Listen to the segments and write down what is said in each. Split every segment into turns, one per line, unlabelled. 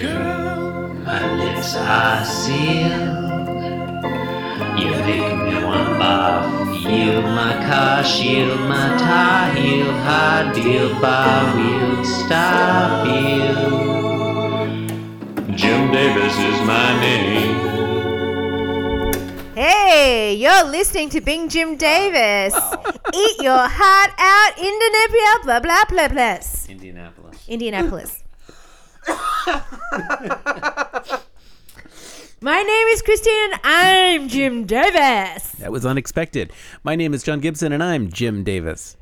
Girl, my lips are sealed. You make me want bath. Yield my car, shield my tie, heel, high deal, bar wheel, stop heel. Jim Davis is my name.
Hey, you're listening to Bing Jim Davis. Eat your heart out, Indianapolis, blah blah blah blah.
Indianapolis.
Indianapolis. My name is Christine and I'm Jim Davis.
That was unexpected. My name is John Gibson, and I'm Jim Davis.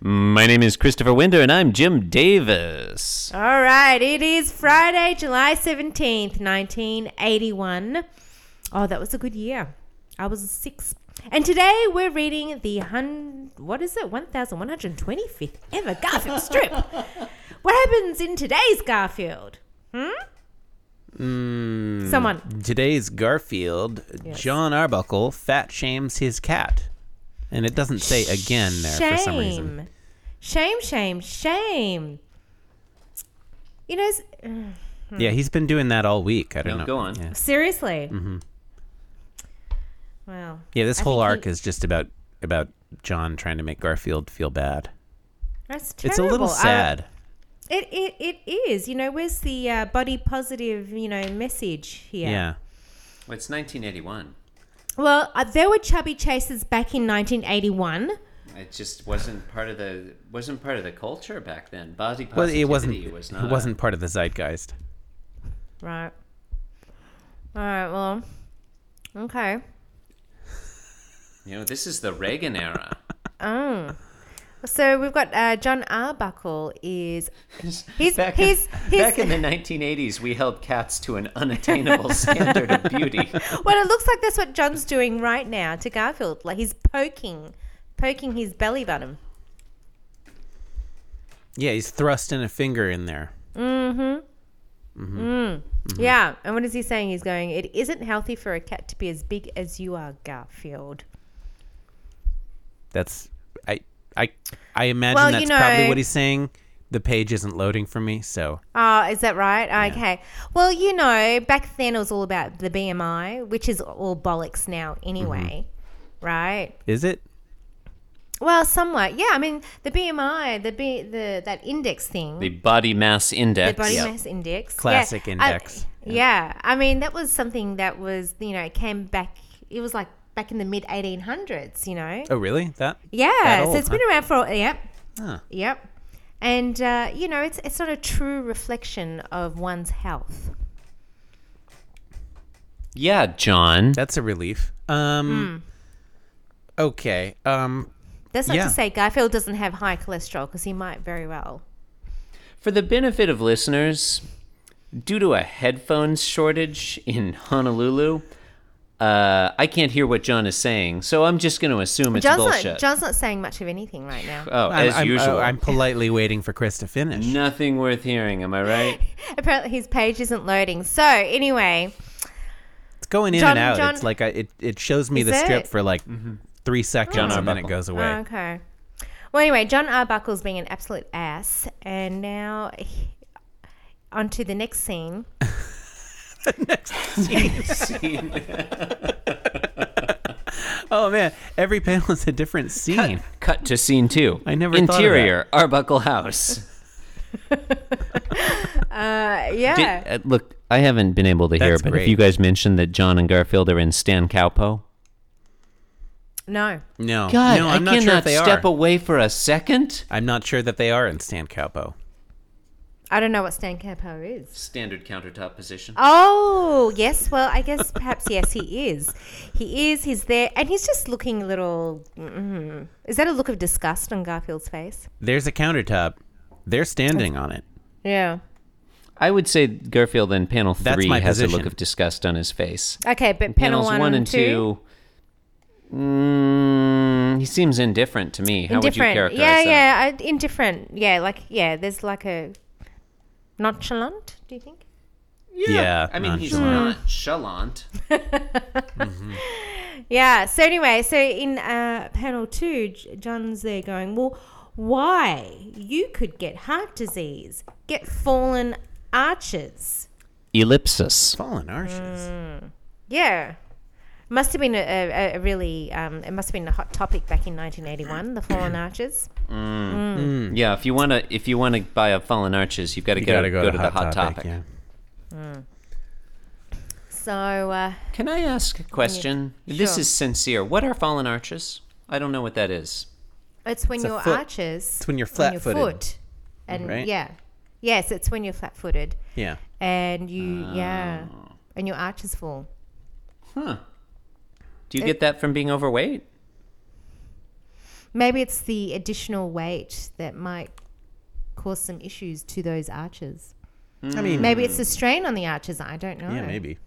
My name is Christopher Winder, and I'm Jim Davis.
All right, it is Friday, July 17th, 1981. Oh, that was a good year. I was six. And today we're reading the hun- what is it? 1125th ever Garfield strip. what happens in today's Garfield? Hmm?
Hmm.
Someone.
Today's Garfield, John Arbuckle fat shames his cat. And it doesn't say again there for some reason.
Shame, shame, shame. You know, s-
Yeah, he's been doing that all week. I don't
No,
know.
go on.
Yeah,
seriously.
Mm-hmm.
Wow.
Yeah, this
I
whole
think
arc
he-
is just about about John trying to make Garfield feel bad.
That's terrible.
It's a little
I-
sad.
it, it, it is. You know, where's the uh, body positive, you know, message here?
yeah.
Well, it's 1981.
Well, uh, there were chubby chasers back in 1981.
It just wasn't part of the wasn't part of the culture back then. Body
Well,
positivity
it wasn't.
was not.
it wasn't part of the zeitgeist.
Right. All right, well, okay.
You know, this is the Reagan era.
Oh. So we've got uh, John Arbuckle is He's-
back,
he's- he's-
back in the 1980s, we held cats to an unattainable standard of beauty.
well. It looks like that's what John's doing right now to Garfield. Like he's poking, poking his belly button.
Yeah, he's thrusting a finger in there. Mm-hmm.
Yeah. And what is he saying? He's going. It isn't healthy for a cat to be as big as you are, Garfield.
That's I I I imagine
Well,
that's
you know-
probably what he's saying. The page isn't loading for me, so
Oh, is that right? Okay. Well, you know, back then it was all about the BMI, which is all bollocks now anyway,
Mm-hmm.
right?
is it?
Well, somewhat. Yeah. I mean, the BMI, the B, the that index thing.
The body mass
the
index.
body mass index Yeah,
Classic
I-
index.
yeah. i mean that was something that was you know it came back it was like back in the mid 1800s you know
Oh, really? That?
yeah
old,
so it's been around for yep
Huh.
yep and uh, you know it's it's not a true reflection of one's health
Yeah, John.
That's a relief. Um. Okay. Um.
that's not
Yeah.
to say Garfield doesn't have high cholesterol because he might very well.
For the benefit of listeners, due to a headphones shortage in Honolulu, uh, I can't hear what John is saying, so I'm just going to assume it's
John's
bullshit.
not, John's not saying much of anything right now.
oh,
I'm,
as
I'm-
usual.
oh, I'm politely waiting for Chris to finish.
Nothing worth hearing, am I right?
Apparently his page isn't loading. So anyway,
It's going in
John-
and out.
John-
it's like I, it it shows me
Is
the
it? Ah.
script for like three seconds and then it
Mm-hmm. Arbuckle.
goes away.
Okay. Well, anyway, John Arbuckle's being an absolute ass, and now he, on to the next scene.
oh man, every panel is a different scene.
Cut to scene two.
I never thought of that.
Interior, Arbuckle House.
Uh,
Did-
yeah.
uh, look, I haven't been able to hear,
That's
but if
great.
you guys mentioned that John and Garfield are in Stan Cowpo,
no.
No,
God,
no,
I
I'm not
cannot
sure if they
step
are.
away for a second.
I'm not sure that they are in Stan Cowpo.
I don't know what Stan Capo is.
Standard countertop position.
Oh, yes. Well, I guess perhaps, yes, he is. He is. He's there. And he's just looking a little. mm Is that a look of disgust on Garfield's face?
There's a countertop. They're standing on it.
Yeah.
I would say Garfield in panel
That's
three
my
has a look
position.
of disgust on his face.
Okay, but panel
Panels
one, and two.
mm, he seems indifferent to me. How would you
indifferent.
characterize
yeah,
that?
yeah. I, indifferent. Yeah, like, yeah, there's like a nonchalant, do you think?
Yeah,
I mean, he's
nonchalant.
not chalant.
Yeah. So anyway, so in uh, panel two, J- John's there going, "Well, why you could get heart disease, get fallen arches.
Ellipsis.
Fallen arches.
Yeah. Must have been a, a, a really, um, it must have been a hot topic back in 1981, the fallen arches.
Yeah, if you wanna if you wanna buy a fallen arches, you've got to
Hmm. You
go,
gotta
go,
go,
to, the hot topic.
Yeah.
So, uh,
Can I ask a question? This
Sure.
is sincere. What are fallen arches? I don't know what that is.
It's when
It's a
your
foot.
arches.
It's when you're
on your
flat-footed.
foot. And
Right?
yeah. Yes, it's when you're flat footed
Yeah.
and you,
Ah.
yeah, and your arches fall.
Huh. Do you get that from being overweight?
Maybe it's the additional weight that might cause some issues to those arches.
I mean,
Maybe it's the strain on the arches. I don't know.
yeah, maybe.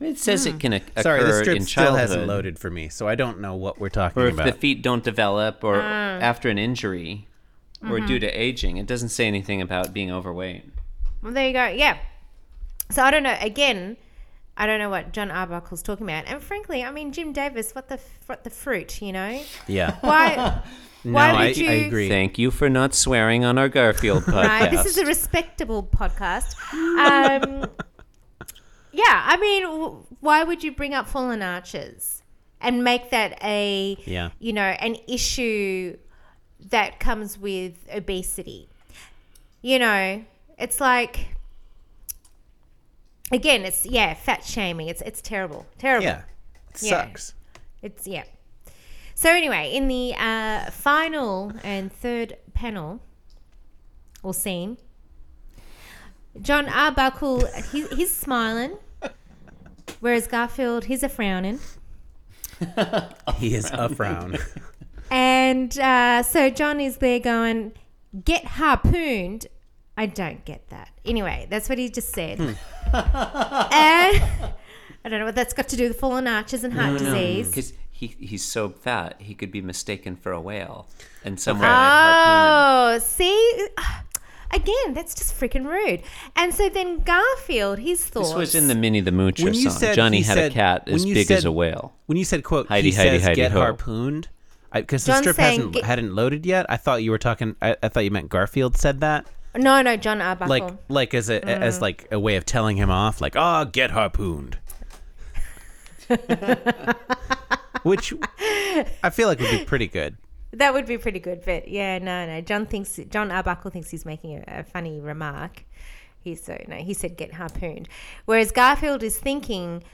It says
Hmm.
it can oc- occur
Sorry, this strip
in
still
childhood.
hasn't loaded for me, so I don't know what we're talking
or if
about.
the feet don't develop or
Ah.
after an injury
Mm-hmm.
or due to aging. It doesn't say anything about being overweight.
Well, there you go. Yeah. So I don't know. Again, I don't know what John Arbuckle's talking about. And frankly, I mean, Jim Davis, what the, f- what the fruit, you know?
yeah.
Why, why
I-
would you?
I agree.
Thank you for not swearing on our Garfield podcast.
right? This is a respectable podcast. Um, yeah, I mean, w- why would you bring up fallen arches and make that a
Yeah.
you know an issue that comes with obesity? You know, it's like again, it's yeah, fat shaming. It's it's terrible, terrible.
Yeah. It
Yeah.
sucks.
It's yeah. So anyway, in the uh, final and third panel or scene, John Arbuckle he, he's smiling, whereas Garfield he's a frowning.
He is a frown.
And uh, so John is there going, "Get harpooned." I don't get that. Anyway, that's what he just said. and I don't know what that's got to do with fallen arches and heart disease.
because he, he's so fat he could be mistaken for a whale, and someone
Oh, see, again, that's just freaking rude. And so then Garfield, his thoughts.
This was in the Minnie the Moocher
When you
song.
said-
Johnny
he
had
said-
a cat as
when you
big as
said-
a whale.
When you said quote,
Heidi,
he
Heidi,
says
Heidi,
get
ho."
harpooned, because the
John's
strip
saying
hasn't
get-
hadn't loaded yet. I thought you were talking. I, I thought you meant Garfield said that,
no, no, John Arbuckle.
like like as
Mm.
a as like a way of telling him off, like ah, get harpooned. Which I feel like would be pretty good.
that would be pretty good, but yeah, no, no. John thinks John Arbuckle thinks he's making a, a funny remark. He's so no, he said get harpooned, whereas Garfield is thinking,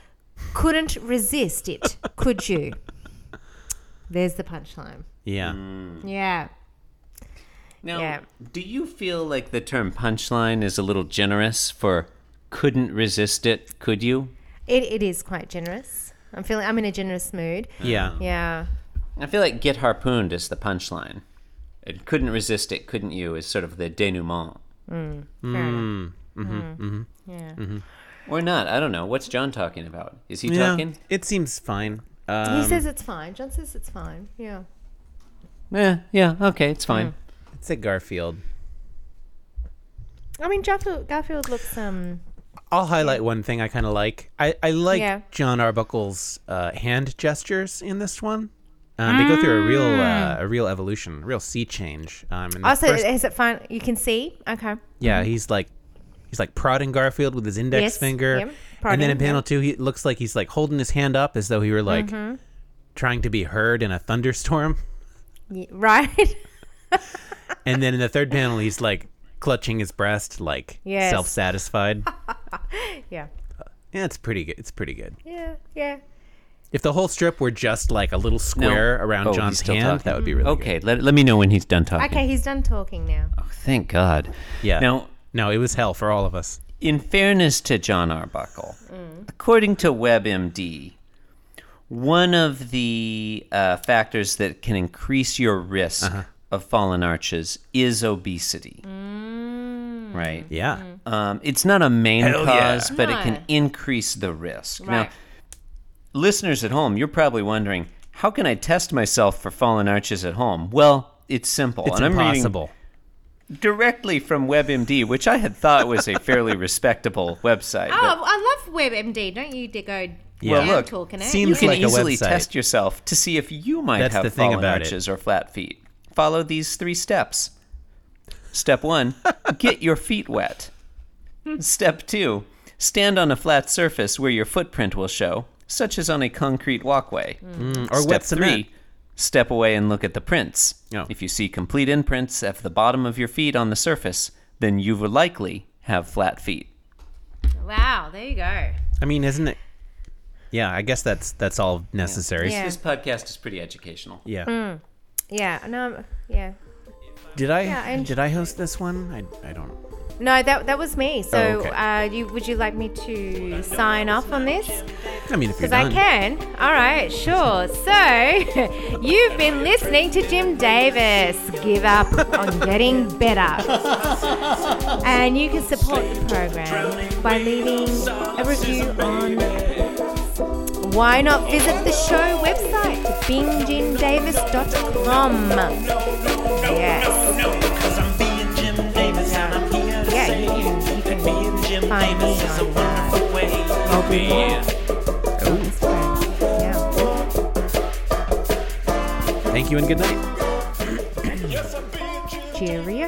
couldn't resist it, could you? There's the punchline.
Yeah.
Mm.
Yeah.
Now,
Yeah.
do you feel like the term punchline is a little generous for couldn't resist it? Could you?
It, it is quite generous. I'm feeling I'm in a generous mood.
Yeah.
Yeah.
I feel like get harpooned is the punchline. And couldn't resist it, couldn't you? Is sort of the denouement.
Fair enough.
mm-hmm,
Mm, Yeah.
Or not. I don't know. What's John talking about? Is he
Yeah.
talking?
It seems fine.
He
Um,
says it's fine. John says it's fine. Yeah.
Yeah, yeah, okay, it's fine.
it's a Garfield.
I mean, Garfield, Garfield looks um.
I'll highlight one thing I kind of like. I, I like
Yeah.
John Arbuckle's uh, hand gestures in this one. Um, They go through a real uh, a real evolution, a real sea change. Um, in the
Mm. Also,
first-
is it fine? You can see. Okay.
yeah, he's like he's like prodding Garfield with his index
Yes,
finger,
yep,
and then
prodding,
in panel two, he it looks like he's like holding his hand up as though he were like
Mm-hmm.
trying to be heard in a thunderstorm.
Ye- right.
And then in the third panel, he's like clutching his breast, like
Yes.
self satisfied.
yeah.
yeah, it's pretty good. It's pretty good.
Yeah. Yeah.
If the whole strip were just like a little square around
Oh, he's
John's
still
hand,
talking.
that would be really good.
Okay, let, let me know when he's done talking.
Hmm.
Oh,
Okay, he's done talking now.
Thank God.
Yeah.
Now,
no, it was hell for all of us.
in fairness to John Arbuckle, according to WebMD, one of the uh, factors that can increase your risk
Uh-huh.
of fallen arches is obesity. Right?
Yeah.
Um, it's not a main
Hell yeah.
cause, but it
No.
can increase the risk. Now,
Right.
listeners at home, you're probably wondering how can I test myself for fallen arches at home? Well, it's simple.
It's
and I'm reading
impossible.
directly from WebMD, which I had thought was a fairly respectable website.
Oh,
but-
I love WebMD. Don't you dig- go
Yeah.
down
Well, look,
talking it?
seems
you can
like a
easily
website.
test yourself to see if you might
That's
have
the thing
fallen
about it.
arches or flat feet. Follow these three steps. Step one, get your feet wet. Step two, stand on a flat surface where your footprint will show, such as on a concrete walkway.
Mm. or
Step
wet cement.
three, step away and look at the prints.
Oh.
If you see complete imprints at the bottom of your feet on the surface, then you will likely have flat feet.
Wow, there you go.
I mean, isn't it? Yeah, I guess that's that's all necessary.
Yeah. This
podcast is pretty educational.
Yeah.
Yeah, no, yeah.
Did I
Yeah, and-
did I host this one? I, I don't.
No, that that was me. So,
Oh,
uh,
okay.
you would you like me to sign off on this?
I mean, if you're
Because I can.
done.
All right, sure. So, you've been listening to Jim Davis give up on getting better. And you can support the program by leaving a review on. Why not visit the show website, bingjimdavis.com? Yes.
Cause I'm being Jim Davis and I'm here to
Yeah,
say
you can- you can
that being Jim
find
Davis
me
is
on,
a
uh,
wonderful way to be.
Instagram. Yeah.
Thank you and good night.
Cheerio.